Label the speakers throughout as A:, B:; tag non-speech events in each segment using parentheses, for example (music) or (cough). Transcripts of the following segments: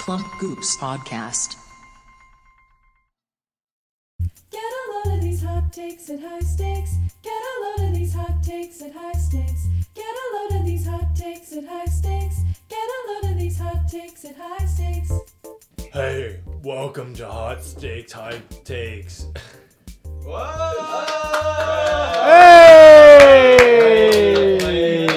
A: Plump Goops Podcast.
B: Get a load of these hot takes at high stakes. Get a load of these hot takes at high stakes. Get a load of these hot takes at high stakes. Get a load of these hot takes at high stakes.
C: Hey, welcome to Hot Steaks, High Takes.
D: Hey!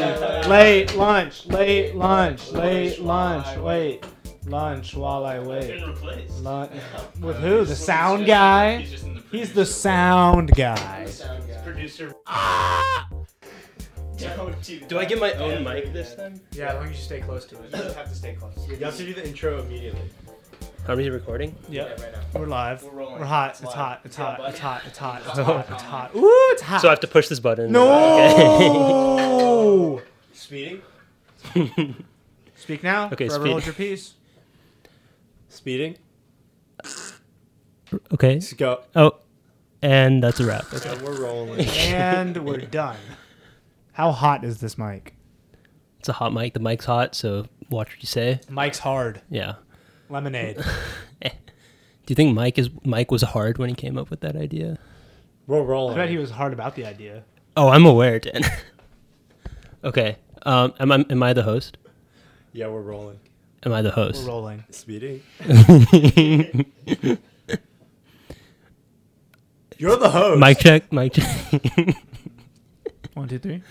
D: Late lunch, late lunch, late lunch, wait. Lunch while I wait.
E: replaced.
D: Lunch. With who? The sound guy? He's the sound guy.
E: producer.
F: Do I get my own mic this time?
C: Yeah, as long as you stay close to it.
F: have to stay close.
C: You have to do the intro immediately.
F: Are we recording?
D: Yep.
F: right now.
D: We're live.
F: rolling.
D: We're hot. It's
F: Live.
D: hot. It's
F: Yeah,
D: hot.
F: bud.
D: It's hot. It's hot. It's hot. It's hot. Ooh, it's hot.
F: So I have to push this button. (laughs)
D: No!
C: (laughs) Speeding?
D: Speak now.
F: Okay,
D: Forever
F: speak.
D: hold your peace.
C: Speeding?
F: Okay.
C: Let's go.
F: Oh, and that's a wrap.
C: Yeah, we're rolling.
D: And
F: (laughs)
D: we're done. How hot is this mic?
F: It's a hot mic. The mic's hot, so watch what you say.
D: Mike's hard.
F: Yeah. (laughs)
D: Lemonade.
F: Do you think Mike is Mike was hard when he came up with that idea?
C: We're
D: I
C: rolling.
D: bet he was hard about the idea.
F: Oh, I'm aware, Dan. (laughs) okay. Um, am I am I the host?
C: Yeah, we're rolling.
F: Am I the host?
D: We're rolling.
C: Speeding? You're the host.
F: Mic check. Mic check. (laughs)
D: One, two, three.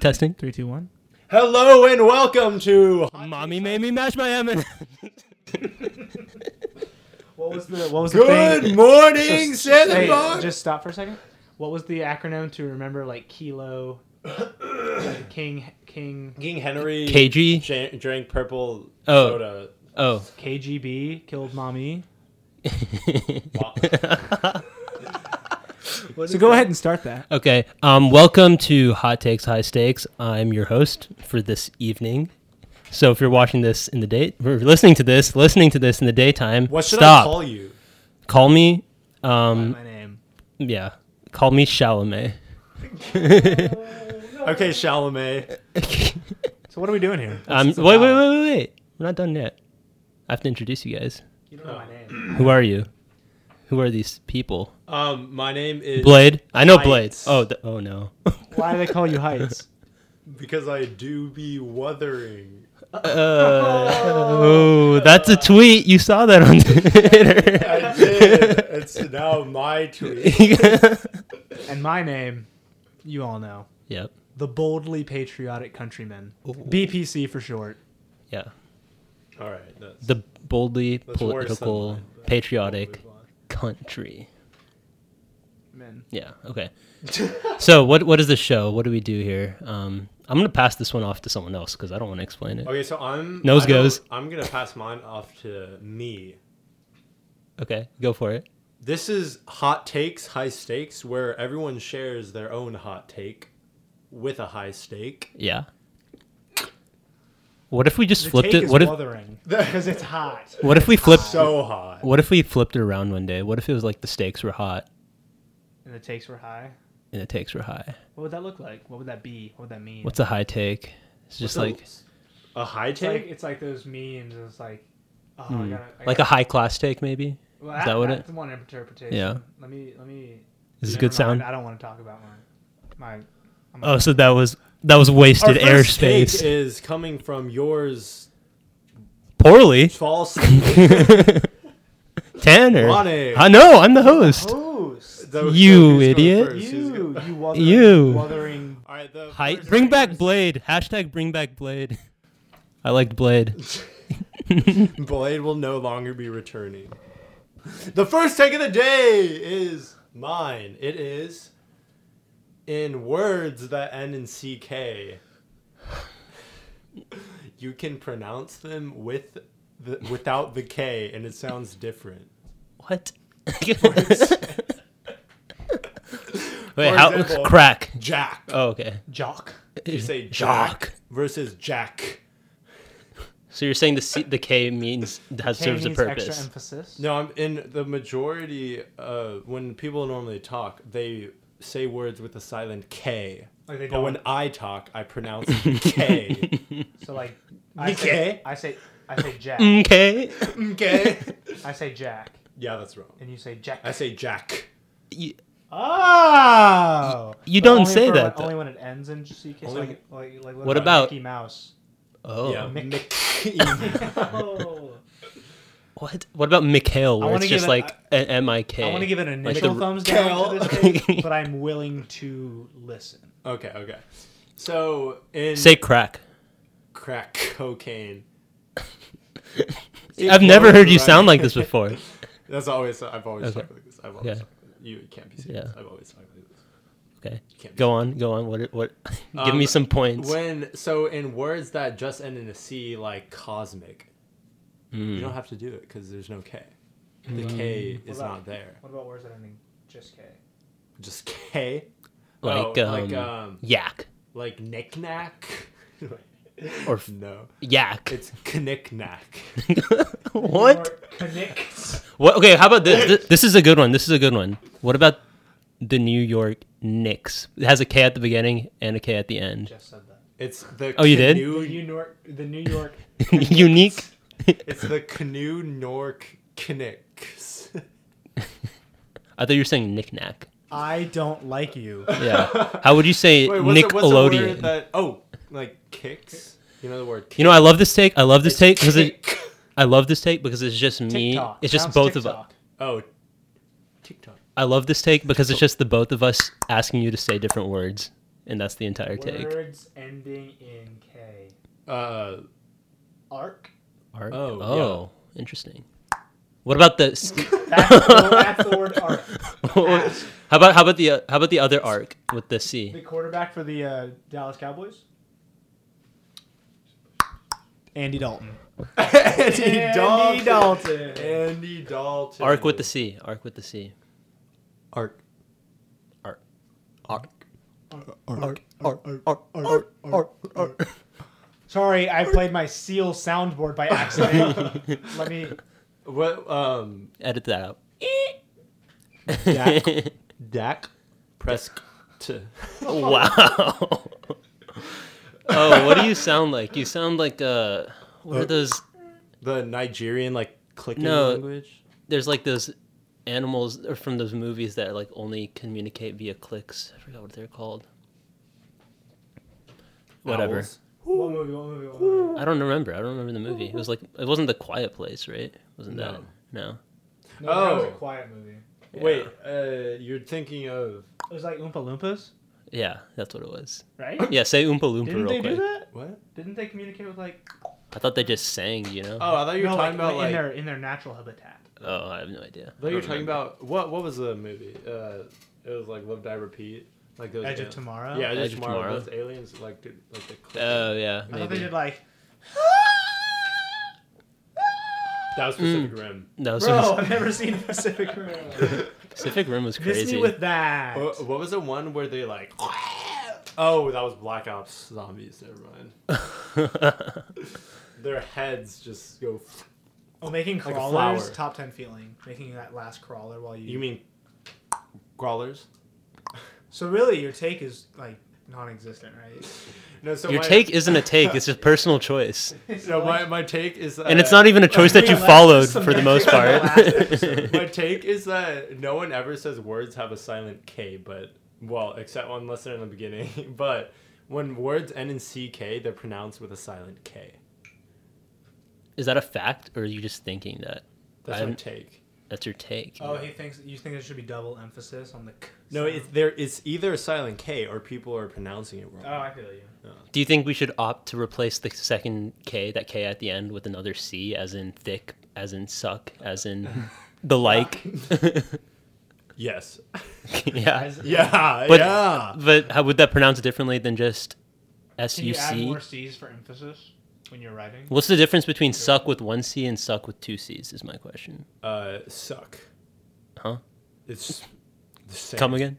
F: Testing.
D: Three, two, one.
C: Hello and welcome to.
F: Mommy made me mash my M.
D: What was the what was the
C: Good
D: thing?
C: morning, Santa
D: Hey,
C: Barbara.
D: just stop for a second. What was the acronym to remember? Like kilo, king, king,
C: King Henry
F: KG.
C: jan- drank purple
F: Oh.
C: soda.
F: (laughs) (laughs) Oh.
D: KGB killed mommy. So go ahead and start that.
F: Okay. Um, welcome to Hot Takes High Stakes. I'm your host for this evening. So if you're watching this in the day, or listening to this, listening to this in the daytime,
C: What should
F: stop.
C: I call you?
F: Call me.
D: My name.
F: Yeah. Call me Chalamet.
C: Okay, Chalamet.
D: So what are we doing here?
F: Um, wait, wait, wait, wait, wait. We're not done yet. I have to introduce you guys.
D: You don't know my name.
F: Who are you? Who are these people?
C: Um, my name is
F: Blade. I know Blade.
C: Heights.
F: Oh, the, oh no.
D: (laughs)
F: (laughs)
D: Why do they call you Heights?
C: because I do be wuthering.
F: Oh, that's a tweet. You saw that on (laughs)
C: (laughs)
F: Twitter.
C: I did. It's now my tweet.
D: And my name, you all know,
F: (laughs) yep.
D: the boldly patriotic countryman, BPC for short.
F: Yeah.
C: All right. That's,
F: the boldly
C: That's
F: political,
C: worse than mine, but-
F: patriotic country.
D: Men.
F: Yeah. Okay. so what what is the show? What do we do here? Um, I'm gonna pass this one off to someone else because I don't want to explain it.
C: Okay, so I'm
F: Nose
C: I don't-
F: goes.
C: I'm gonna pass mine off to me.
F: Okay, go for it.
C: This is hot takes, high stakes, where everyone shares their own hot take with a high stake.
F: Yeah. What if we just
D: The
F: flipped
D: take
F: it?
D: is
F: What if
D: wuthering (laughs) because it's hot.
F: what
C: (laughs)
F: if we flipped?
C: So hot.
F: what if we flipped it around one day? What if it was like the stakes were hot
D: And the takes were high.
F: and the takes were high?
D: What would that look like? What would that be? What would that mean?
F: What's a high take? It's just like
C: a, high
D: It's like
C: take.
D: it's like those memes. It's like, oh, I gotta, I
F: Hmm. like
D: gotta-
F: a high class take maybe.
D: Well,
F: is that what it-
D: that's one interpretation.
F: Yeah.
D: Let me let me.
F: Is this
D: never
F: good
D: mind,
F: sound?
D: I don't want to talk about my my. (laughs)
F: Oh, so that was that was wasted
C: Our first take
F: airspace.
C: is coming from yours
D: (laughs)
F: Poorly.
C: falsely.
F: (laughs) Tanner.
C: Ronnie.
F: I know, I'm the host.
D: Oh,
C: So
F: You
C: who's going
F: idiot.
C: first? Who's
D: you
C: go-
D: you wuthering,
F: You.
D: wuthering.
C: All right, the
F: Hi-
C: first
F: bring back
C: takers-
F: Blade. Hashtag bring back Blade. I liked Blade.
C: Blade will no longer be returning. The first take of the day is mine. It is in words that end in CK. You can pronounce them with the, without the K and it sounds different.
F: (laughs) What? Wait,
C: For
F: how?
C: example-
F: (laughs) Crack.
C: Jack.
F: Oh, okay.
D: jock.
C: You say
F: Jock.
C: Jack versus Jack.
F: So you're saying the C- the K means has
D: K
F: serves a
D: needs Extra
F: purpose.
D: emphasis.
C: No, I'm in the majority uh when people normally talk, they say words with a silent K.
D: Like they
C: But
D: don't.
F: (laughs)
C: when I talk, I pronounce the K.
D: so like I
C: Nikkei.
D: say I say I say Jack.
F: Mm. Okay.
D: Mm,
C: Okay.
D: I say Jack,
C: (laughs) yeah, that's wrong.
D: and you say Jack.
C: I say Jack.
F: You,
D: Oh.
F: you
D: But
F: don't
D: only
F: say
D: for
F: that.
D: when-
F: Though.
D: only when it ends in CK.
C: Only-
D: Like, like, like
F: What about-
D: Mickey Mouse?
F: Oh.
C: Yeah,
D: Mick. (laughs)
F: (laughs)
C: Mick.
D: Oh.
F: What? What about Mikhail?
D: I
F: Where
D: wanna
F: it's
D: give
F: just
D: it-
F: like an M I K.
D: I want to give it an
F: Like
D: initial
F: the-
D: thumbs down to
C: Kel.
F: (laughs)
D: this thing, but I'm willing to listen.
C: okay, okay. So in
F: Say crack.
C: crack cocaine.
F: I've never heard you sound like
D: (laughs)
F: this before.
C: That's always I've always
F: Okay.
C: talked like this. I've always
F: Yeah.
C: talked like this. you can't be serious.
F: Yeah.
C: I've always talked like this.
F: Okay.
C: Can't be
F: Go on. Go on. What? (laughs) What? give
C: Um,
F: me some points.
C: When so in words that just end in a C, like cosmic, you
F: Hmm.
C: don't have to do it because there's no K. The K is
D: What about-
C: not there.
D: What about words that ending just K?
C: Just K.
F: (laughs) like,
C: oh,
F: um,
C: like um,
F: yak
C: like knickknack. (laughs)
F: or f-
C: no,
F: yak.
C: it's knickknack.
F: (laughs) (laughs) what?
D: Or Knick.
F: (laughs) What? Okay. How about this? Th- This is a good one. This is a good one. What about the New York Knicks? It has a K at the beginning and a K at the end.
D: Just said that.
C: It's the
F: Oh, you did?
D: The
C: canoe-
D: New York. The New
F: (laughs)
D: York.
F: Unique.
C: It's the canoe Nork Knicks.
F: I thought you were saying knickknack.
D: I don't like you.
F: Yeah. How would you
C: (laughs)
F: say
C: Wait, what's the, what's the word
F: Nickelodeon?
C: that? Oh, like kicks. You know the word. Kick?
F: you know, I love this take. I love this take because it.
C: Kick.
F: I love this take because it's just me.
D: TikTok.
F: It's just
D: Sounds
F: both of us.
D: TikTok.
C: Oh, TikTok.
F: I love this take because it's just the both of us asking you to say different words, and that's the entire take.
D: Words ending in K.
C: Uh,
D: Arc.
F: Arc?
C: Oh,
F: Oh, interesting. What about the? s-
D: That's
C: (laughs)
D: the, that's the word arc.
F: how about how about the uh, how about the other arc with the
D: The
F: C?
D: quarterback for the uh, Dallas Cowboys. Andy Dalton.
C: Andy,
D: Andy Dalton.
C: Andy Dalton.
F: Arc with the C. Arc with the C.
C: Arc.
F: Arc.
C: Arc.
D: Sorry, I played my seal soundboard by
C: (laughs)
D: accident. Let me.
C: What? Um.
F: Edit that out.
C: Dak. Dak. Prescott.
F: (laughs) wow. oh, what do you sound like? You sound like uh, what are those?
C: The Nigerian like clicking
F: No.
C: language.
F: There's like those animals or from those movies that like only communicate via clicks. I forgot what they're called. Whatever.
C: Owls.
D: What movie? What movie? What movie?
F: I don't remember. I don't remember the movie. It was like it wasn't the Quiet Place, right? Wasn't that?
C: No.
F: No.
D: No, that was a
C: Oh.
D: quiet movie.
C: Wait. Uh, you're thinking of
D: It was like Oompa Loompas,
F: Yeah, that's what it was.
D: right?
F: Yeah, say Oompa Loompa
D: Didn't
F: real
D: they
F: quick.
D: do that?
C: what?
D: Didn't they communicate with like?
F: I thought they just sang. You know?
C: Oh, I thought you were
D: no,
C: talking
D: like,
C: about
D: in
C: like.
D: their in their natural habitat.
F: Oh, I have no idea.
C: I thought you
F: I
C: were
F: don't
C: talking
F: remember.
C: about what? What was the movie? Uh, it was like Live Die Repeat. Like those
D: Edge of
C: aliens.
D: Tomorrow?
C: Yeah, Edge,
F: Edge
C: of
F: of
C: Tomorrow.
F: Tomorrow.
C: Those aliens like did, like the. click.
F: Oh yeah,
D: I thought they
F: maybe.
D: did like.
C: that was Pacific
F: Mm.
C: Rim.
F: No,
D: Bro,
F: Pacific,
D: I've never seen Pacific Rim.
C: (laughs)
F: Pacific Rim was
D: Miss
F: crazy.
D: me with that.
C: What, what was the one where they like? Oh, that was Black Ops zombies. Never mind. Their heads just go.
D: Oh, making
C: a
D: crawlers.
C: flower.
D: top ten feeling. Making that last crawler while you.
C: You mean crawlers?
D: So really, your take is like non-existent, right?
C: No. So
F: (laughs) Your
C: my, (laughs)
F: take isn't a take; it's a personal choice,
C: No, my, my take is that,
F: and it's not even a
D: (laughs)
F: choice that you
D: Relax,
F: followed
D: some
F: for the most part.
D: last episode.
C: (laughs) My take is that no one ever says words have a silent K, but well, except unless they're in the beginning. (laughs) But when words end in CK, they're pronounced with a silent K.
F: (laughs) Is that a fact, or are you just thinking that?
C: That's my
F: I'm-
C: take.
F: That's your take.
D: Oh, he thinks you think there should be double emphasis on the. K
C: No,
D: sound?
C: it's there. It's either a silent K or people are pronouncing it wrong.
D: Oh, I feel you.
F: Do you think we should opt to replace the second K, that K at the end, with another C, as in thick, as in suck,
C: (laughs)
F: as in the like?
C: (laughs) yes.
F: (laughs) yeah.
C: (laughs) Yeah.
F: But,
C: yeah.
F: but how would that pronounce differently than just S
D: Can
F: U
D: you add
F: C?
D: more C's for emphasis when you're writing?
F: What's the difference between suck with one C and suck with two C's? Is my question.
C: Uh, suck.
F: Huh?
C: It's the same.
F: Come again?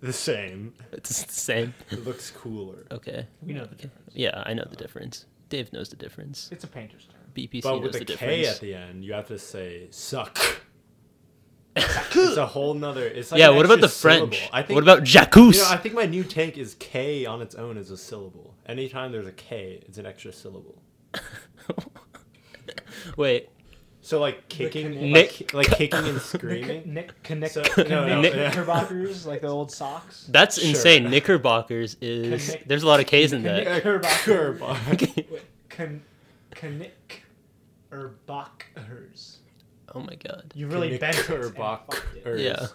C: The same.
F: It's the same.
C: It looks
F: (laughs)
C: cooler.
F: Okay.
D: We know the difference.
F: Yeah, I know the difference. Dave knows the difference.
D: It's a painter's term.
F: BPC
C: But
F: knows
C: with
F: the,
C: a K
F: difference.
C: at the end, you have to say
F: (laughs)
C: suck. it's a whole nother. It's like
F: yeah,
C: an
F: what about
C: extra
F: the French?
C: syllable. I think,
F: what about jacuzzi?
C: You know, I think my new tank is K on its own as a syllable. Anytime there's a K, it's an extra syllable.
F: Wait.
C: So like kicking,
F: Nick-
C: like, like kicking and
F: (laughs)
C: screaming.
D: Nick, connect,
C: So-
D: connect
C: no, no, yeah.
D: knickerbockers, like the old
C: (laughs)
D: socks.
F: That's
C: Sure.
F: insane. Knickerbockers is.
D: Connect-
F: There's a lot of K's in that.
C: Uh,
D: Knickerbocker.
C: Kerbock.
D: Wait, con, connect, erbockers.
F: Oh my god.
D: You really bent it. and fucked it.
C: Knickerbockers.
F: Yeah.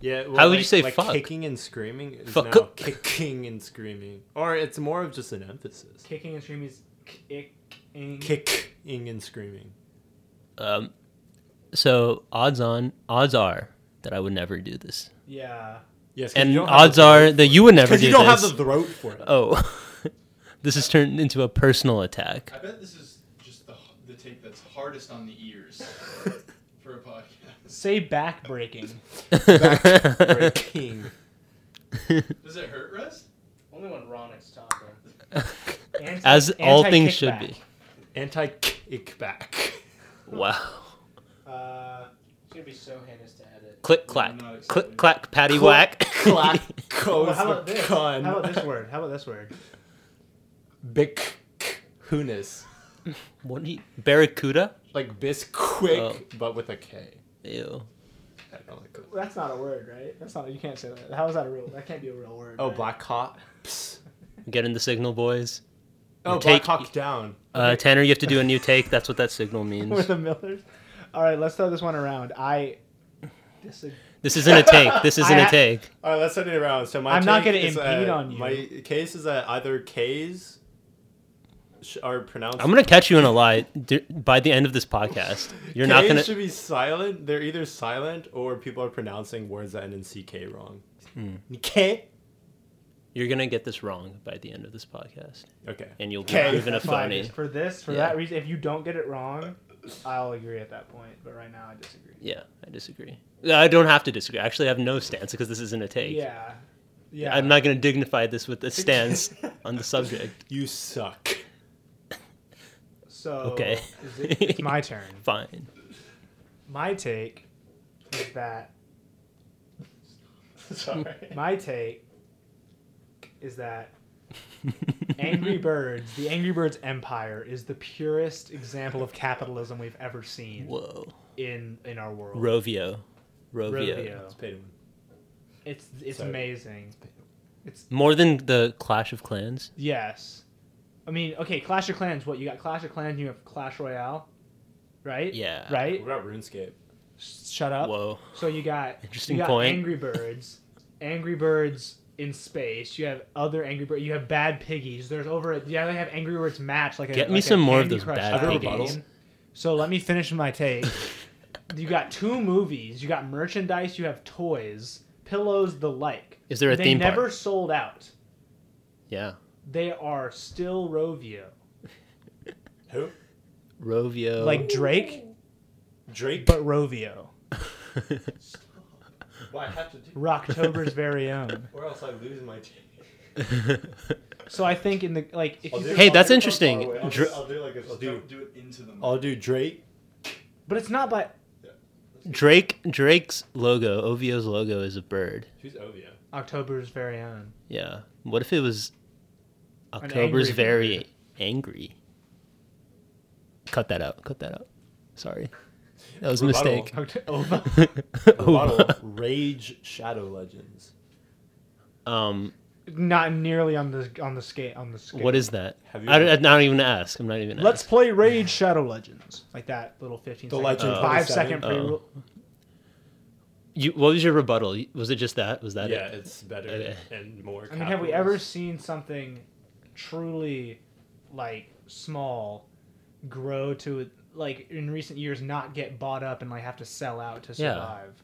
C: Yeah. well,
F: How would you
C: like-
F: say
C: like
F: fuck?
C: Kicking and screaming is
F: Fuck.
C: now kicking and screaming, or it's more of just an emphasis.
D: Kicking and screaming is kicking.
C: Kicking and screaming.
F: Um, so odds on odds are that I would never do this,
D: Yeah.
C: Yes. 'cause you
F: and
C: don't have
F: odds
C: the
F: are
C: throat
F: that you would never
C: Because
F: do
C: you don't
F: this.
C: have the throat for it.
F: oh, (laughs) this has turned into a personal attack.
E: I bet this is just the, the take that's hardest on the ears for a podcast.
D: Say back breaking.
F: (laughs)
C: Breaking.
E: Does it hurt, Russ?
G: Only when Ronnick's talking.
D: Anti-
F: (laughs) As all things should
D: anti-kickback.
F: be. (laughs)
C: Anti-kickback.
F: (laughs) Wow.
D: Uh,
G: It's gonna be so heinous to edit.
F: Click
E: I'm
F: clack.
E: not excited.
F: Click clack. Patty whack.
C: Clack.
D: well,
C: Goes
D: how about
C: the
D: this?
C: gun.
D: How (laughs) about this word? How about this word?
C: Bic. Hunis.
F: (laughs) What do you, barracuda?
C: Like bisquick,
F: Oh.
C: but with a K.
F: Ew.
C: I don't like that.
D: That's not a word, right? That's not. You can't say that. How is that a real? That can't be a real word. (laughs)
C: Oh,
D: right?
C: Black Hawk. Psst.
F: Get in the signal, boys.
C: Oh,
F: Take-
C: Black Hawk Down.
F: Uh, Tanner, you have to do a new take. That's what that signal
D: We're
F: means.
D: the Millers. All right, let's throw this one around. I. This is,
F: This isn't a take. This isn't
D: I-
F: a take.
C: All right, let's turn it around. So my
D: I'm not
C: take
D: gonna
C: is
D: impede
C: that
D: on you.
C: My case is that either K's sh- are pronounced.
F: I'm gonna catch you in a lie d- by the end of this podcast. You're not
C: K's
F: gonna.
C: should be silent. They're either silent or people are pronouncing words that end in ck wrong.
F: Hmm.
C: K.
F: You're gonna get this wrong by the end of this podcast,
C: Okay.
F: and you'll be
C: K.
F: proven a
D: that's why I
F: phony.
D: just- for this, for
F: Yeah.
D: that reason, if you don't get it wrong, I'll agree at that point. But right now, I disagree.
F: Yeah, I disagree. I don't have to disagree. I actually have no stance because this isn't a take.
D: Yeah. Yeah.
F: I'm not gonna dignify
D: (laughs)
F: this with a stance on the subject.
C: You suck.
D: So.
F: Okay.
D: is it- it's
F: (laughs)
D: my turn.
F: Fine.
D: My take is that
E: Sorry.
D: my take is that (laughs)
F: (laughs)
D: Angry Birds, the Angry Birds empire, is the purest example of capitalism we've ever seen
F: Whoa.
D: in in our world.
F: Rovio. Rovio.
D: Rovio.
C: Let's pay to win.
D: It's it's
C: Sorry.
D: amazing.
F: More than the Clash of Clans.
D: Yes, I mean, okay, Clash of Clans. What you got? Clash of Clans. You have Clash Royale, right?
F: Yeah.
D: Right.
C: What about RuneScape?
D: Shut up.
F: Whoa.
D: So you got
F: Interesting
D: you got
F: point.
D: Angry Birds, Angry Birds in space. You have other Angry Birds. You have Bad Piggies. There's over. Yeah, they have Angry Birds match. Like a,
F: Get me
D: like a
F: some more of
D: Candy
F: those
D: Crush
F: Bad
D: type
C: Piggies.
D: game. So let me finish my
F: (laughs)
D: take. you got two movies. You got merchandise. You have toys, pillows, the like.
F: Is there a
D: they
F: theme park?
D: never sold out.
F: Yeah.
D: They are still Rovio.
C: Who?
F: Rovio.
D: Like Drake,
C: Drake.
D: but Rovio.
C: Well, I have to do.
D: Rocktober's very own.
C: Or else I lose my take.
D: So I think in the like if
C: I'll
D: you
C: do-
F: Hey,
C: I'll
F: that's
C: do-
F: interesting.
C: I'll do-
F: Dra-
C: I'll do like a- I'll
E: Just
C: do.
E: don't do it into the mic.
C: I'll do Drake.
D: But it's not by
F: (laughs) Drake Drake's logo, OVO's logo is a bird.
C: Who's Ovio?
D: October's very own.
F: Yeah. What if it was
D: angry
F: October's
D: bird.
F: very angry? Cut that out. Cut that out. Sorry. That was a
C: Rebuttal.
F: mistake.
D: Oct-
F: Oh,
D: Ova.
C: Rebuttal.
F: (laughs) Over.
C: Rage Shadow Legends.
F: um
D: (laughs) not nearly on the on the scale on the scale.
F: what is that?
C: Have you-
F: I don't, I'm not even gonna ask. I'm not even
D: (laughs)
F: gonna
D: Let's
F: ask.
D: play Raid Shadow Legends like that little fifteen.
C: The
D: second- uh,
C: Legend
D: five
C: 27.
D: second pre roll.
F: Oh. You, what was your rebuttal? Was it just that? Was that
C: Yeah,
F: it?
C: it's better
F: Okay.
C: and more.
D: I mean, have we ever seen something truly like small grow to like in recent years not get bought up and like have to sell out to
F: Yeah.
D: survive?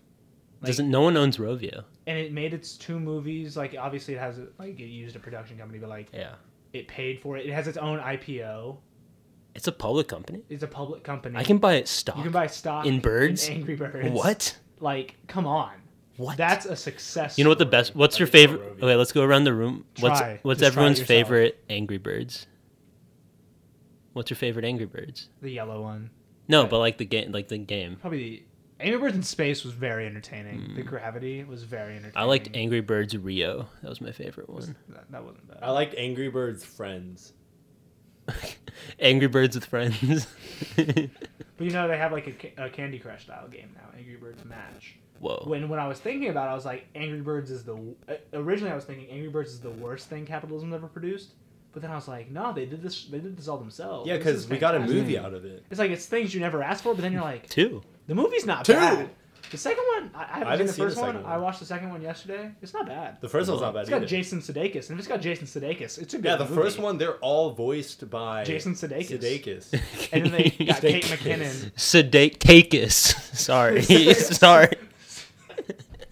F: Doesn't no one owns Rovio?
D: And it made its two movies. Like obviously it has a, like it used a production company, but like
F: Yeah.
D: it paid for it. It has its own IPO.
F: It's a public company.
D: It's a public company.
F: I can buy it stock.
D: Mm-hmm. You can buy stock
F: In birds?
D: Angry Birds.
F: What?
D: Like, come on.
F: What?
D: That's a success.
F: You know what the
D: story.
F: best? What's your
C: just saw
F: favorite?
C: Rovi.
F: Okay, let's go around the room. What's
D: Try. Just
F: what's
D: try it
F: everyone's
D: yourself.
F: favorite Angry Birds? What's your favorite Angry Birds?
D: The yellow one.
F: No, but like the game, like the game.
D: Probably the Angry Birds in Space was very entertaining. The
F: Hmm.
D: gravity was very entertaining.
F: I liked Angry Birds Rio. That was my favorite one. (laughs)
D: That, that wasn't bad.
C: I liked Angry Birds Friends.
F: Angry Birds with friends. (laughs)
D: But you know they have like a, ca- a Candy Crush style game now, Angry Birds Match.
F: Whoa.
D: When when I was thinking about, it, I was like, Angry Birds is the w- uh, originally I was thinking Angry Birds is the worst thing capitalism ever produced. But then I was like, no, they did this. They did this all themselves.
C: Yeah,
D: Oh, This
C: because
D: is
C: we got a
D: fantastic.
C: movie out of it.
D: It's like it's things you never asked for, but then you're like,
F: Two.
D: the movie's not
C: Two.
D: bad. The second one, I, I haven't
C: I haven't
D: seen the
C: seen the
D: first one.
C: second
D: I
C: one.
D: watched the second one yesterday. It's not bad.
C: The first one's not bad
D: It's got
C: either.
D: Jason Sudeikis, and if it's got Jason Sudeikis, it's a good
C: yeah, the
D: movie.
C: first one they're all voiced by
D: Jason Sudeikis. (laughs)
C: Sudeikis.
D: and then they got Kate
C: Sudeikis.
D: McKinnon.
F: Sedate Cacus. (laughs)
D: (laughs)
F: Sorry. Sorry.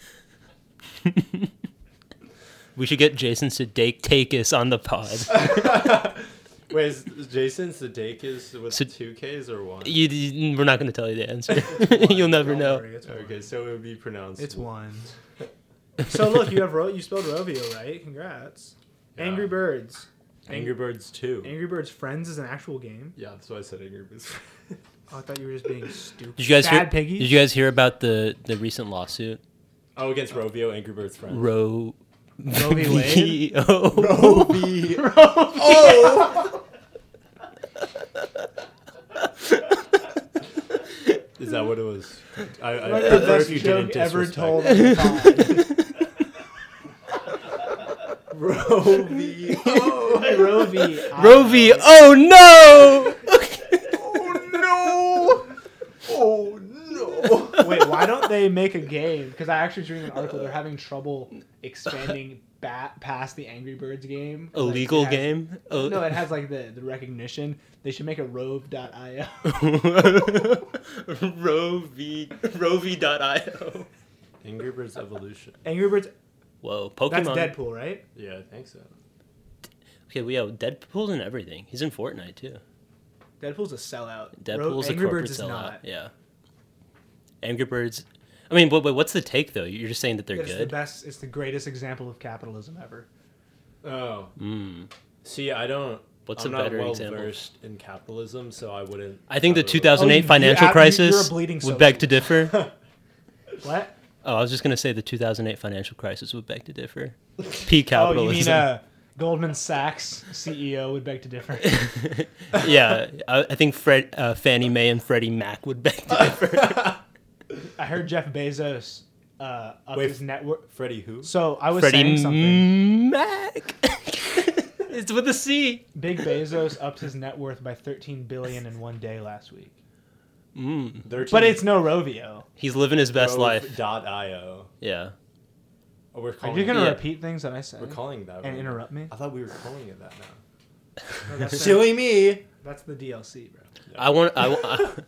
F: (laughs) we should get Jason Sedate Cacus on the pod.
D: (laughs)
C: Wait, is is Jason Sudeikis with
F: Sud-
C: two Ks or one?
F: You, you- we're not going to tell you
D: (laughs)
F: the answer. (laughs) You'll never
D: Don't
F: know.
D: worry, it's one.
C: Okay, so it would be pronounced.
D: It's one. (laughs) so look, you have Ro- you spelled Rovio right. Congrats. Angry Birds.
C: Angry Birds Two.
D: Angry Birds Friends is an actual game.
C: yeah, that's why I said Angry Birds. (laughs)
D: Oh, I thought you were just being stupid.
F: Did you guys
D: Bad
F: hear?
D: Piggy?
F: Did you guys hear about the the recent lawsuit?
C: oh, against Rovio, Angry Birds friend.
F: Roe
D: Roe v. Wade?
F: (laughs) Roe
C: (laughs) Is that what it was? I, I
D: Probably
C: prefer
D: the best
C: if you
D: joke
C: didn't
D: ever
C: disrespect.
D: told. on
F: (laughs)
D: the (laughs)
C: Rovio.
D: pod. Roe v.
F: Roe v. Oh (laughs) no!
C: no! Oh
D: (laughs)
C: no!
D: Wait, why don't they make a game? Because I actually was reading an article. They're having trouble expanding bat past the Angry Birds game.
F: A
D: Like, it
F: legal
D: has-
F: game? Oh.
D: No, it has like the, the recognition. They should make a Rove.io.
F: (laughs) Roe v. Roe v. dot io.
C: Angry Birds Evolution.
D: Angry Birds.
F: Whoa, Pokemon.
D: That's Deadpool, right?
C: Yeah, I think so.
F: Okay, we have Deadpool's in everything. He's in Fortnite too.
D: Deadpool's a sellout. Ro-
F: Deadpool's
D: Angry
F: a corporate
D: Birds is
F: sellout.
D: not.
F: Yeah. Angry Birds. I mean, but, but what's the take though? You're just saying that they're
D: It's the
F: good.
D: best. It's the greatest example of capitalism ever.
C: Oh,
F: Mm.
C: see, I don't.
F: What's
C: I'm
F: a
C: not
F: better
C: well
F: example?
C: versed in capitalism, so I wouldn't.
F: I think the
C: have a-
F: 2008
D: Oh, you-
F: financial
D: you- you're a
F: crisis
D: bleeding
F: would beg to differ.
D: (laughs) What?
F: Oh, I was just gonna say the 2008 financial crisis would beg to differ. Peak capitalism.
D: Oh, you mean uh, Goldman Sachs CEO would beg to
F: (laughs)
D: differ.
F: yeah, I, I think Fred, uh, Fannie Mae and Freddie Mac would
D: (laughs)
F: beg to differ.
D: I heard Jeff Bezos uh, up
C: Wait.
D: his network.
C: Freddie who?
D: So I was
F: Freddie
D: saying something.
F: Mac.
D: (laughs)
F: it's with a C.
D: Big Bezos upped his net worth by 13 billion in one day last week. But it's no Rovio.
F: Mm, He's living his best life.
C: Dot io.
F: Yeah.
C: Oh, we're
D: Are
C: calling.
D: you
C: it-
D: gonna
F: Yeah.
D: repeat things that I said
C: We're calling that.
D: and
C: right?
D: interrupt me?
C: I thought we were calling it that now.
D: that's,
C: Silly me.
D: the DLC, bro.
F: I want. I, wa-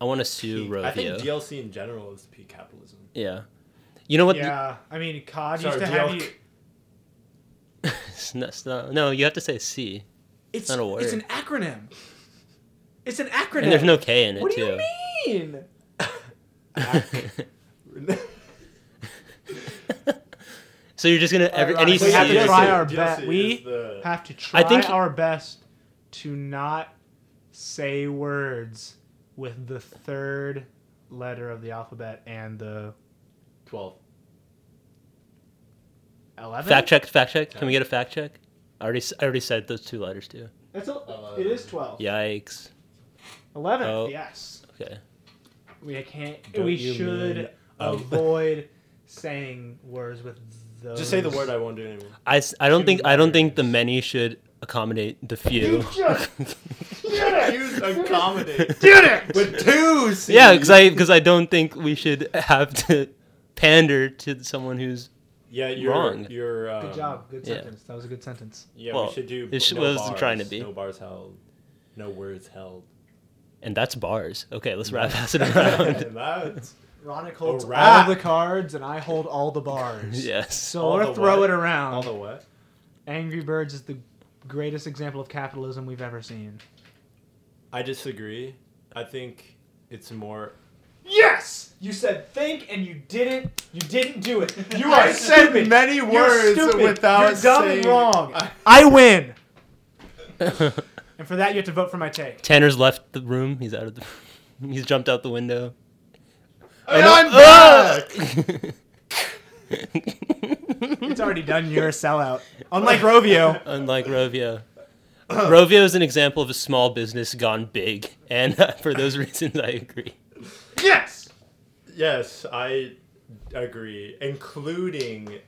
F: I, want to sue
C: I think
F: Rovio.
C: DLC in general is peak capitalism.
F: yeah. You know what?
D: Yeah, I mean, COD
C: Sorry,
D: used to have
C: DL
D: you.
F: (laughs)
C: (laughs)
F: It's not- it's not- no, you have to say C.
D: It's
F: not a
D: It's
F: word.
D: an acronym. It's an acronym.
F: And there's no K in it
D: What do
F: too.
D: you mean?
F: (laughs) so you're just gonna every, any
D: Alright, we have to
F: C-
D: try our
C: DLC
D: best. We
C: is the-
D: have to try
F: I think-
D: our best to not say words with the third letter of the alphabet and the
C: Twelve.
D: eleventh.
F: fact check. Fact check. Can we get a fact check? I already s- I already said those two letters too.
D: That's a, it is twelve.
F: Yikes.
D: Eleventh.
F: Oh.
D: Yes.
F: Okay.
D: We can't.
C: Don't
D: we
C: you mean
D: should
C: (laughs) el-
D: avoid saying words with those.
C: Just say the word. I won't do it (laughs) anymore.
F: I, s- I don't
D: Two
F: think I don't think the many should accommodate the few. (laughs)
C: Use accommodate
D: Did it.
C: (laughs) with two. C's.
F: yeah, because I because I don't think we should have to pander to someone who's
C: Yeah, you're
F: Wrong.
C: You're. Um,
D: Good job. Good
F: yeah.
D: sentence. That was a good sentence.
C: Yeah,
F: Well,
C: we should do.
F: it sh-
C: no
F: was
C: bars,
F: trying to be.
C: No bars held. No words
F: (laughs)
C: held.
F: and that's bars. Okay, let's wrap pass it around.
C: And (laughs) that's-
D: Ronick holds
C: wrap.
D: all the cards, and I hold all the
C: (laughs)
D: bars.
F: yes.
D: So
C: All
D: we're
C: the
D: throw
C: what?
D: it around.
C: All the what?
D: Angry Birds is the greatest example of capitalism we've ever seen.
C: I disagree. I think it's more.
D: Yes! You said think and you didn't. You didn't do it. You are stupid.
C: many
D: You're stupid. You're dumb and wrong. I, win. and for that, you have to vote for my take.
F: Tanner's left the room. He's out of the. He's jumped out the window. (laughs)
C: And I'm
D: It's already done. You're a sellout. Unlike Rovio.
F: Unlike Rovio. Rovio is an example of a small business gone big, and (laughs) for those reasons, I agree.
C: Yes. Yes, I agree. Including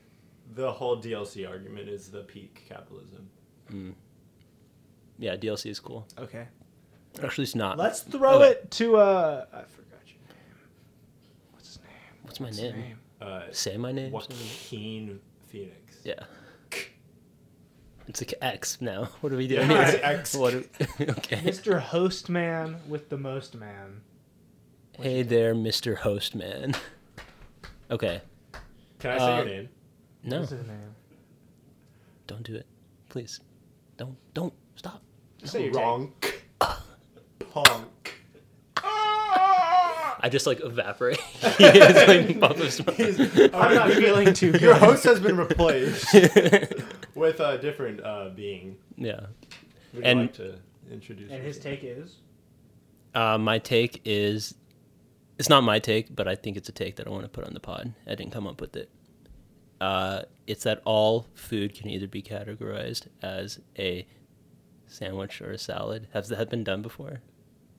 C: the whole DLC argument is the peak capitalism.
F: Yeah, DLC is cool.
D: Okay.
F: Actually, it's not.
D: Let's throw
F: Okay.
D: it to uh I forgot your name. What's his name?
F: What's my
D: What's his
F: name?
D: name?
C: Uh,
F: Say my name.
C: Joaquin Phoenix.
F: Yeah. It's like X now. (laughs) What are we doing?
C: Yeah,
F: here?
C: X.
F: (laughs) What are- okay.
D: Mr. Host Man with the most man.
F: Hey there, Mr. Host Man. (laughs) Okay.
C: Can I say
F: Uh,
C: your name?
F: No,
D: What's his name?
F: don't do it. Please. Don't. Don't. Stop.
D: Say your
C: Ronk. Punk. Ah.
F: I just like
C: (laughs)
F: evaporate. (laughs) It's like puff of smoke.
C: Oh,
D: I'm not feeling too
C: (laughs) Your
D: good.
C: host has been
F: (laughs)
C: replaced with a different uh, being.
F: yeah.
C: Would
F: And-
C: you like to introduce?
D: And his
C: yourself?
D: take is
F: Uh, my take is it's not my take, but I think it's a take that I want to put on the pod. I didn't come up with it. Uh, it's that all food can either be categorized as a sandwich or a salad. Has that been done before?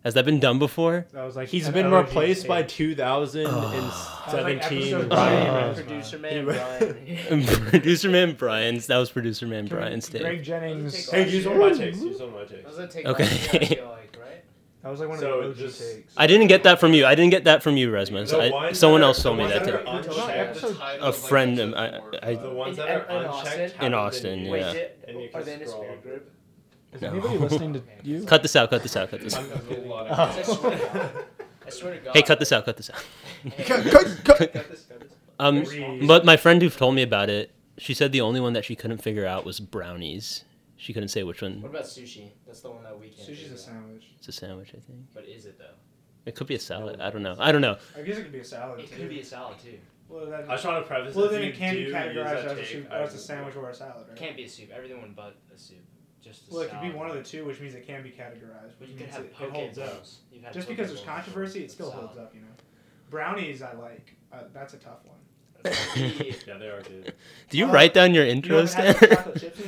F: Has that been done before? (laughs)
D: that was like
C: He's
D: an
C: been
D: OG
C: replaced by
D: take.
C: 2017
D: episode five.
C: Ryan.
G: producer man Brian.
F: (laughs) producer man Brian's. That was producer man Brian's
D: Greg
F: take.
D: Jennings.
G: Hey, use one of my
C: takes. Use one of my takes.
G: That was a take
F: Okay.
G: last year, I feel like, right?
D: That was like one
C: So
D: of the OG
C: just-
D: takes.
F: I didn't get that from you. I didn't get that from you, Resmus.
C: The
F: I-
C: ones
F: someone
C: that are-
F: else told
C: the
F: me
C: ones
F: that.
C: that
F: take.
C: are unchecked-
E: The title
F: A
E: of, like,
F: friend
E: episode
F: of- I-
E: four.
F: I-
C: The ones
G: In-
C: that are
G: in Austin?
C: unchecked
F: In
C: haven't been
F: Austin,
C: used.
G: Wait,
F: Yeah.
G: did-
C: And you
G: are
C: can
G: they in a
C: scroll.
H: (laughs)
G: spirit group?
D: Is
F: No.
D: anybody listening to you?
F: Cut this out. Cut this out. Cut this out.
E: I'm gonna get a lot
G: I (laughs)
E: of-
G: swear to God. I swear to God.
F: Hey, cut this out. Cut this out.
G: Cut this,
H: (laughs)
G: cut this.
F: Um,
C: Read.
F: but my friend who told me about it, she said the only one that she couldn't figure out was brownies. She couldn't say which one.
G: What about sushi? That's the one that we can't.
H: Sushi's
G: figure
H: a
G: out.
H: sandwich.
F: It's a sandwich, I think.
G: But is it though?
F: It could be a salad. I don't know. I don't know.
H: I guess it could be a salad.
G: It
H: too.
G: could be a salad too.
H: Well, then,
C: I just want to preface.
H: well,
C: this,
H: then
C: you
H: it can be
C: do use that
H: categorized as a,
C: take.
H: soup,
C: I
H: as a
C: would-
H: sandwich or a salad, right?
G: It can't be a soup. Everyone but a soup. Just a
H: well, it
G: salad.
H: could be one of the two, which means it can be categorized.
G: But
H: Which
G: you could
H: means
G: have
H: it,
G: poke
H: it holds up.
G: bowls. You've had
H: Just
G: poke
H: because there's
G: bowls.
H: controversy, it still
G: Salad.
H: holds up, you know. Brownies, I like. Uh, that's a tough one.
F: (laughs)
C: (laughs)
H: (laughs)
C: Yeah, they are good.
F: Do you
H: Uh,
F: write down your
H: You know,
F: intros?
H: it has the chocolate chips
F: (laughs)
H: (laughs)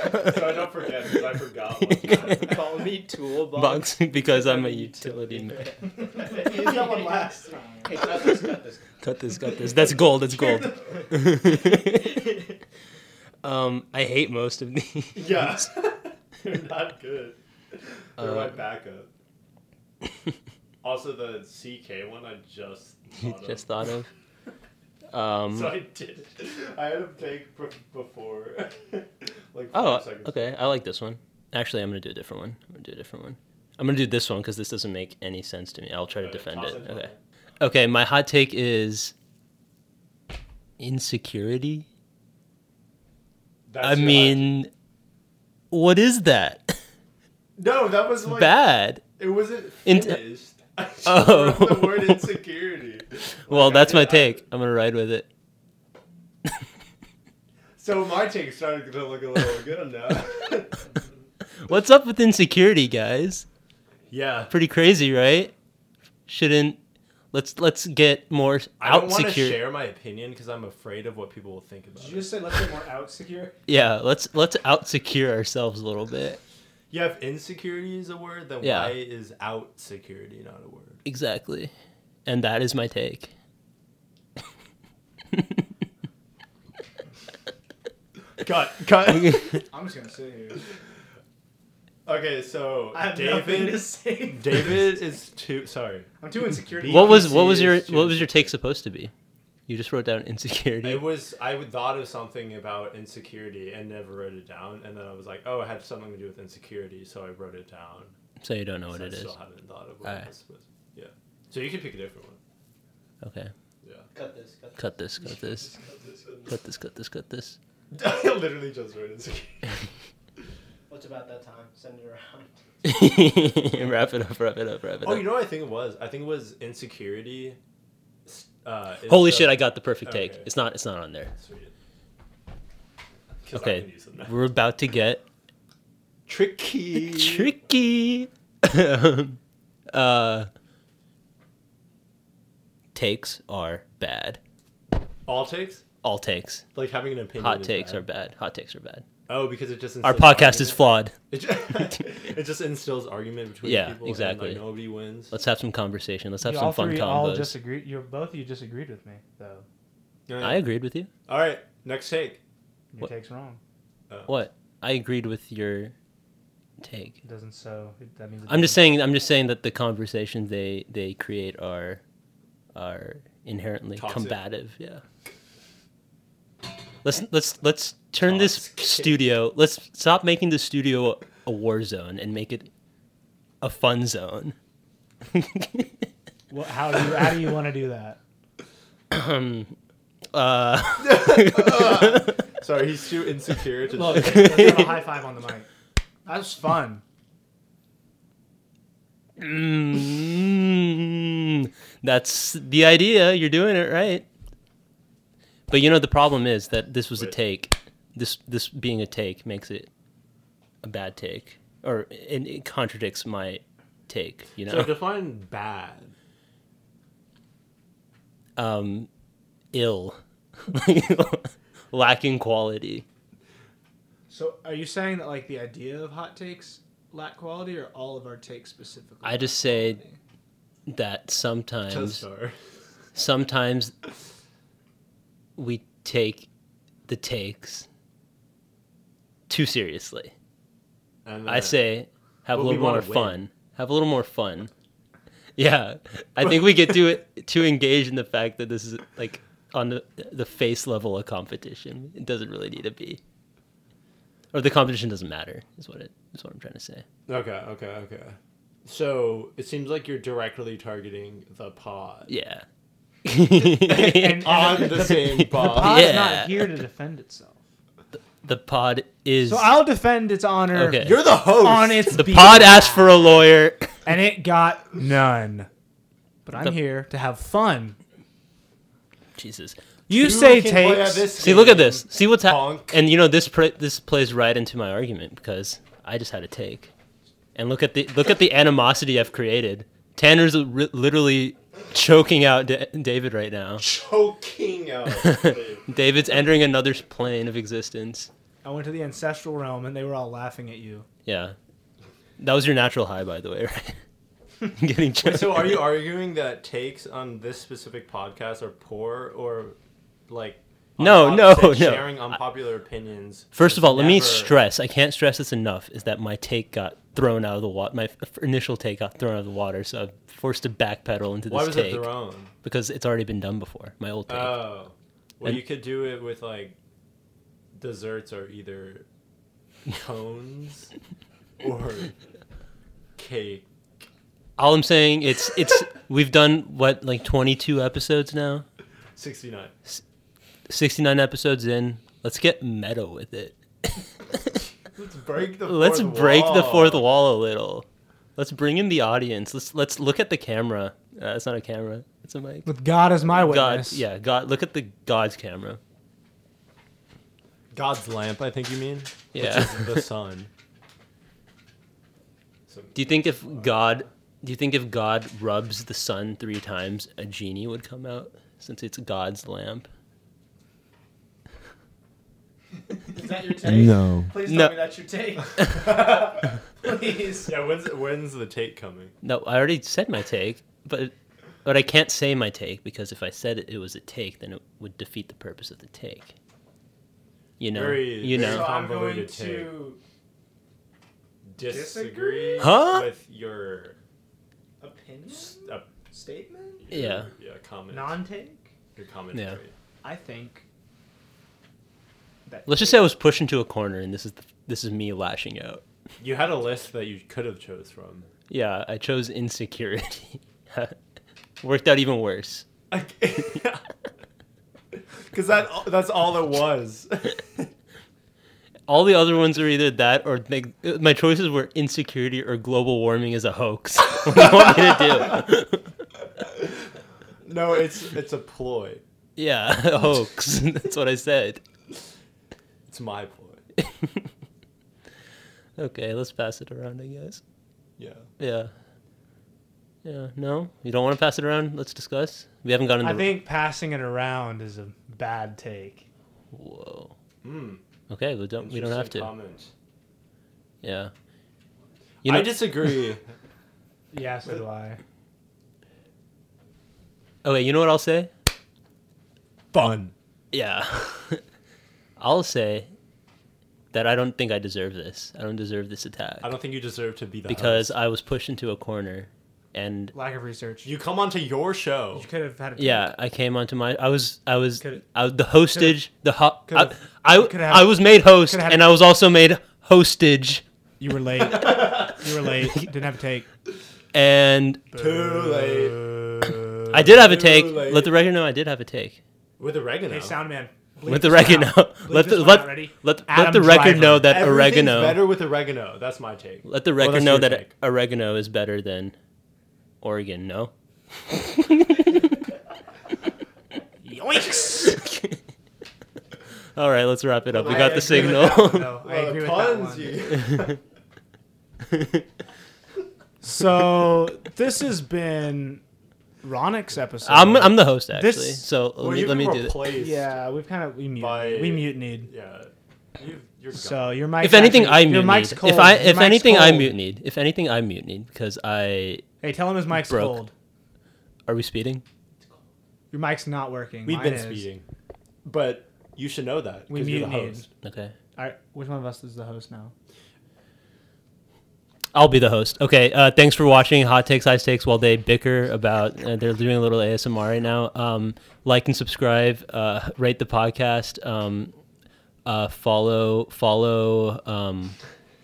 C: (laughs)
H: inside.
C: so I don't forget because I forgot
F: (laughs)
C: one time.
G: Call me toolbox.
F: Box because I'm a utility man.
H: (laughs) You used
G: (laughs)
H: that one last time.
G: Hey, cut this,
H: (laughs)
G: cut this.
F: Cut this, cut this. That's gold. That's gold. um, I hate most of these.
C: Yeah, (laughs) they're not good. They're my
F: Uh,
C: backup. Also, the CK one I just
F: you
C: thought
F: (laughs) just
C: of.
F: thought of.
C: (laughs)
F: Um,
C: So I did. it. I had a take pre- before, (laughs) like five
F: Oh,
C: seconds.
F: okay. I like this one. Actually, I'm gonna do a different one. I'm gonna do a different one. I'm gonna do this one because this doesn't make any sense to me. I'll try to
C: Okay,
F: defend
C: Uh, toss
F: it.
C: it.
F: Okay. Okay. My hot take is insecurity.
C: That's
F: I
C: your hot
F: mean, what is that? (laughs)
C: take. no, that was like
F: Bad.
C: It wasn't
F: In-
C: finished. (laughs) I just
F: Oh.
C: wrote the word insecurity.
F: (laughs) Well,
C: Like,
F: that's
C: I-
F: my
C: I-
F: take. I'm gonna ride with it.
C: so my take started to look a little good now.
F: (laughs)
C: (laughs)
F: What's up with insecurity, guys?
C: yeah,
F: Pretty crazy, right? Shouldn't let's let's get more
C: I don't
F: out
C: want to
F: secure.
C: share my opinion because I'm afraid of what people will think about.
H: Did
C: it.
H: you just say let's get more out secure?
F: Yeah, let's let's out secure ourselves a little bit.
C: Yeah, if insecurity is a word, then
F: Yeah.
C: why is out security not a word?
F: Exactly. And that is my (laughs) take.
C: Cut, cut.
H: I'm just gonna sit here.
C: (laughs) okay, so
H: I have nothing to
C: David,
H: say.
C: David is too. Sorry,
H: I'm too insecure. to even
C: What
F: what was
C: PC
F: what was your
C: is
F: what was your take supposed to be? You just wrote down insecurity.
C: it was I would thought of something about insecurity and never wrote it down, and then I was like, oh, it had something to do with insecurity, so I wrote it down.
F: So you don't know what
C: so I
F: it is.
C: still haven't thought of what
F: Alright.
C: this was. Yeah, so you can pick a different one.
F: Okay.
G: Cut this, cut this.
F: Cut this, cut this. Cut this, cut this, cut this.
C: I literally just wrote insecurity.
G: What's about that time? Send it around.
F: (laughs) wrap it up, wrap it up, wrap it
C: Oh,
F: up.
C: you know what I think it was? I think it was insecurity. s- Uh, is
F: Holy
C: the-
F: shit, I got the perfect take.
C: Okay.
F: It's not it's not on (laughs) there.
C: Sweet. 'Cause I
F: Okay.
C: can use them now.
F: We're about to (laughs) get (laughs)
C: Tricky.
F: tricky. (laughs) uh takes are bad.
C: All takes?
F: All takes.
C: Like having an opinion.
F: Hot
C: is
F: takes
C: bad.
F: are bad. Hot takes are bad.
C: Oh, because it just
F: Our
C: instills
F: podcast is
C: argument.
F: flawed.
C: (laughs) It just, it just instills argument between
F: Yeah,
C: people. and,
F: exactly.
C: like, nobody wins.
F: Let's have some conversation. Let's have
D: you
F: some
D: all
F: fun
D: three all
F: combos.
D: disagreed. You both of you disagreed with me though.
C: All
F: I
C: right.
F: agreed with you.
C: All right, next take. Uh,
D: Your
F: What-
D: take's wrong.
F: What? I agreed with your take.
D: It doesn't so. It, that means. It
F: I'm just
D: doesn't-
F: saying. I'm just saying that the conversations they they create are are inherently
C: Toxic.
F: combative. Yeah. Let's let's let's turn this studio. Let's stop making the studio a, a war zone and make it a fun zone. (laughs)
D: Well, how do you how do you want to do
H: (laughs)
D: that?
F: uh,
C: Sorry, he's too insecure
F: (laughs)
C: to.
D: Look, let's give a high five on the mic. That was fun.
F: mm, that's the idea. You're doing it right. But you know the problem is that this was a
C: Wait.
F: take. This this being a take makes it a bad take, or and it contradicts my take. You know,
C: So define bad.
F: um, ill, (laughs) lacking quality.
H: So are you saying that like the idea of hot takes lack quality, or all of our takes specifically?
F: I just say
H: quality?
F: that sometimes
C: Testar.
F: sometimes we take the takes too seriously.
C: And,
F: I
C: uh,
F: say have
C: But we
F: a little more
C: wanna win.
F: fun. Have a little more fun. Yeah, I think we get to to engage in the fact that this is like on the the face level a competition. It doesn't really need to be, or the competition doesn't matter. Is what it is what I'm trying to say.
C: Okay, okay, okay. So it seems like you're directly targeting the pod
F: Yeah. (laughs)
C: on the same pod.
D: Pod's
F: Yeah.
D: not here to defend itself.
F: the pod is
D: So I'll defend its honor
F: okay.
C: You're the host.
D: on its
F: the
D: behalf.
F: pod asked for a lawyer.
D: and it
F: (laughs)
D: got none. But I'm
F: The-
D: here to have fun.
F: Jesus.
D: You
C: Who
D: say
C: can play at
D: takes.
C: this
F: See, look at
C: game?
F: this. See what's happening.
C: Honk.
F: And you know this pr- this plays right into my argument because I just had a take. And look at the look at the animosity I've created. Tanner's ri literally choking out Da David right now. (laughs)
C: Choking out.
F: David's entering another plane of existence.
D: I went to the ancestral realm and they were all laughing at you.
F: Yeah. That was your natural high by the way, (laughs) right? Getting choked.
C: so are you arguing that takes on this specific podcast are poor or like?
F: No, no,
C: unpopular-
F: no.
C: Sharing unpopular opinions.
F: First of all, let me
C: Never.
F: stress. I can't stress this enough. Is that my take got thrown out of the water? My f- initial take got thrown out of the water, so I'm forced to backpedal into this
C: Why was
F: take
C: it thrown?
F: because it's already been done before. My old take.
C: Oh, well,
F: And-
C: you could do it with like desserts are either
F: (laughs)
C: cones or cake.
F: all I'm saying it's
C: (laughs)
F: it's we've done what like 22 episodes now,
C: Sixty nine.
F: 69 episodes in. Let's get meta
C: (laughs)
F: with it. (laughs)
C: Let's break the.
F: Let's
C: fourth
F: break the
C: wall.
F: fourth wall a little. Let's bring in the audience. Let's let's look at the camera. Uh, it's not a camera. It's a mic.
D: With God as my
F: God,
D: witness.
F: yeah, God. Look at the God's camera.
C: God's lamp, I think you mean.
F: Yeah.
C: Which is the sun. So, (laughs)
F: Do you think if God, do you think if God rubs the sun three times, a genie would come out since it's God's lamp?
G: Is that your take?
I: No.
G: Please
F: No.
G: tell me that's
D: (laughs)
G: your take. Please.
C: yeah, when's when's the take coming?
F: No, I already said my take, but but I can't say my take because if I said it, it was a take, then it would defeat the purpose of the take. You know,
C: Very-
F: you
C: very
F: know.
H: So I'm going
C: Convoluted
H: to
C: Disagree
F: Huh?
C: with your
H: opinion
C: s- uh,
H: statement,
C: your-
F: Yeah.
C: yeah comment
H: non-take.
C: your commentary.
H: I think. That
F: Let's just say I was pushed into a corner, and this is the, this is me lashing out.
C: You had a list that you could have chose from.
F: Yeah, I chose insecurity. (laughs) Worked out even worse.
C: Because that that's all it was.
F: All the other ones are either that or they, my choices were insecurity or global warming is a hoax. (laughs) what do you want me to do?
C: (laughs)
F: (laughs)
C: no, it's it's a ploy.
F: Yeah, (laughs) a hoax. That's what I said.
C: It's my ploy.
F: Okay, let's pass it around, I guess.
C: Yeah.
F: Yeah. Yeah, no? You don't want to pass it around? Let's discuss. We haven't gotten
D: I
F: into
D: think passing it around is a bad take.
F: Whoa.
C: Mm.
F: Okay, we don't we don't have to.
C: Interesting comment.
F: Yeah. You know,
C: I disagree.
F: (laughs)
D: Yeah, so do I.
F: okay, Oh, you know what I'll say?
C: Fun. (laughs)
F: Yeah. I'll say that I don't think I deserve this. I don't deserve this attack
C: I don't think you deserve to be the
F: because
C: host.
F: I was pushed into a corner and
D: Lack of research. You
C: you come onto your show.
D: could have had a
F: Oh. yeah, I came onto my I was I was
D: Could've-
F: I, the hostage, the ho- I,
D: could've-
F: I,
D: could've
F: I
D: had-
F: was made host
D: could've had-
F: and I was also made hostage
D: You were (laughs) late. you were late. Didn't have a take.
F: and
C: Too late.
F: I did have a take.
C: Too late.
F: Let the record know I did have a take.
C: with oregano.
D: Hey, sound man. bleep
F: Let the
D: this
F: record
D: out.
F: know.
D: Bleep
F: Let the
D: this one out,
F: let,
D: ready?
F: let, let
D: Adam
F: the record
D: Driver.
F: know that
C: Everything's
F: oregano.
C: better with oregano. That's my take.
F: Let the
C: Well,
F: record
C: that's
F: know
C: your
F: that
C: take.
F: oregano is better than Oregon. No. Yoinks! (laughs) All right, let's wrap it up. We
D: I
F: got the
D: agree with that one,
F: signal.
D: though. (laughs) I
C: Well,
D: agree with that one.
C: puns, (laughs) you.
D: So this has been Ronic's episode.
F: (laughs) I'm, I'm the host actually,
D: This-
F: so
C: Well,
F: let me,
C: you've
F: let me
C: been
F: do this.
C: replaced
D: yeah, we've kind of we mutinied.
C: By-
D: we mutinied.
C: Yeah. You, you're
D: So your mic.
F: If anything, I
D: your mic's
F: mutinied.
D: cold.
F: If I
D: Your
F: if
D: mic's
F: anything, I
D: cold.
F: mutinied. If anything, I mutinied because I
D: Hey, tell him his mic's
F: Broke.
D: cold.
F: are we speeding?
D: Your mic's not working.
C: We've
D: Mine
C: been
D: is.
C: speeding, but you should know that
D: We
C: because you're the
D: mutinied.
C: host.
F: Okay.
D: All right, which one of us is the host now?
F: I'll be the host. Okay. Uh, thanks for watching Hot Takes, Ice Takes while they bicker about. Uh, they're doing a little ASMR right now. Um, like and subscribe. Uh, rate the podcast. Um, uh, follow follow um,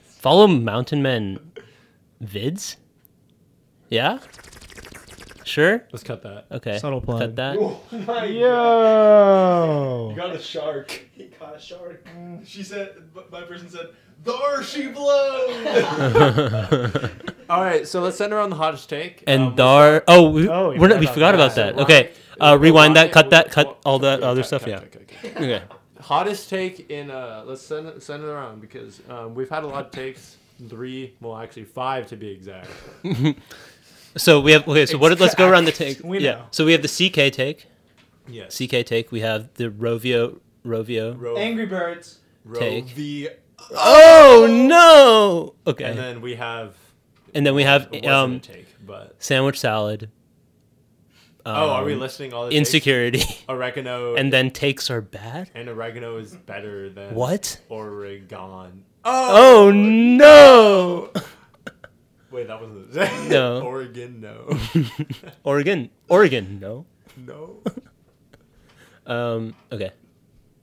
F: follow Mountain Men vids. Yeah. Sure.
C: Let's cut that.
F: Okay.
D: Subtle plug.
F: Cut that.
D: Yo.
E: You got a shark.
G: He caught a shark.
E: She said, my person said, there she blows!
C: All right, so let's send her on the hottest take.
F: (laughs) and
C: Um,
F: Dar. Oh, we,
D: Oh,
F: we're not, we forgot about
C: that.
F: that. Okay. Uh,
C: Rocket-
F: rewind that. Cut that.
C: Rocket-
F: Cut all that
C: okay,
F: other
C: cut,
F: stuff.
C: cut,
F: Yeah.
C: cut, cut, cut.
F: Okay.
C: Hottest take in uh let's send it send it around because um, we've had a lot of takes. Three, well actually five to be exact.
F: So we have okay. So what? Let's go around the take.
D: We
F: yeah.
D: know.
F: So we have the CK take.
C: Yes.
F: CK take. We have the Rovio. Rovio.
C: Row,
H: Angry Birds.
C: row
F: take.
C: the
F: Oh no! Okay.
C: and then we have
F: we have
C: it wasn't a
F: um,
C: take, but
F: sandwich salad.
C: Oh, are we
F: um,
C: listing all the takes?
F: Insecurity.
C: (laughs) oregano
F: and then takes are bad.
C: and oregano is better than
F: What?
C: Oregon.
F: Oh no! (laughs)
C: Wait, that wasn't (laughs) the
F: No.
C: Oregon
F: (laughs)
C: no.
F: Oregon. Oregon. No.
C: no.
F: Um. Okay.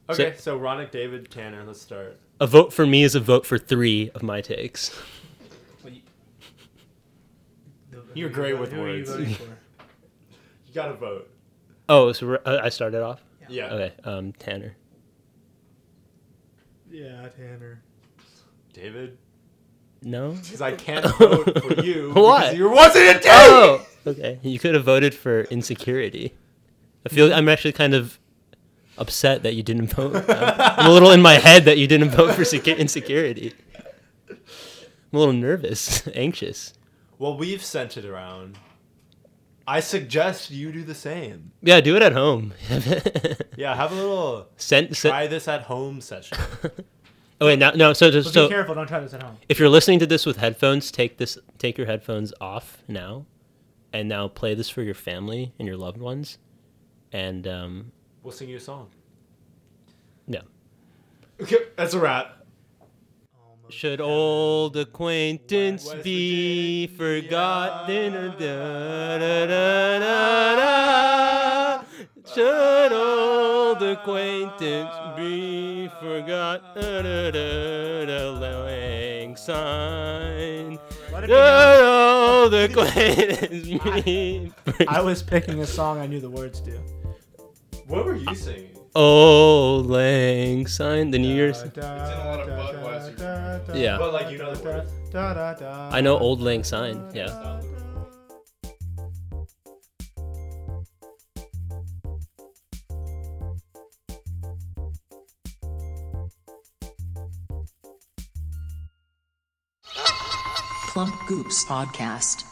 C: Okay, so Ronick David Tanner, let's start.
F: A vote for me is a vote for three of my takes.
C: You're great with
D: Who are you
C: words.
F: (laughs)
D: voting for?
C: You gotta vote.
F: Oh, so we're- uh, I started off.
C: Yeah.
F: Okay. Um. Tanner.
D: Yeah, Tanner.
C: David,
F: No.
C: because
F: (laughs)
C: I can't vote for you.
F: Why?
C: because You wasn't a take!
F: Oh, (laughs) okay. You could have voted for insecurity. I feel I'm actually kind of upset that you didn't vote. I'm, I'm a little in my head that you didn't vote for secu- insecurity. I'm a little nervous, (laughs) anxious.
C: Well, we've sent it around. I suggest you do the same.
F: Yeah, do it at home. (laughs)
C: Yeah, have a little
F: send.
C: try
F: send
C: this at home session.
F: oh wait, no, no. So, so,
D: But
F: so
D: be careful! Don't try this at home.
F: if you're listening to this with headphones, take this, take your headphones off now, and now play this for your family and your loved ones, and um,
C: We'll sing you a song.
F: yeah.
C: Okay, that's a wrap.
F: Should old acquaintance
C: West
F: be
C: Virginia.
F: forgotten? Da, da, da, da, da. Should old acquaintance be forgotten? Da, da, da, lang sign. Should old acquaintance be forgotten?
D: I was picking a song I knew the words to.
C: What were you singing?
F: Old lang sign. The New Year's.
D: It's in a
E: lot of Budweiser.
F: Yeah,
C: But, like, you know the words.
F: I know old lang sign. Yeah.
A: Plump Goops Podcast.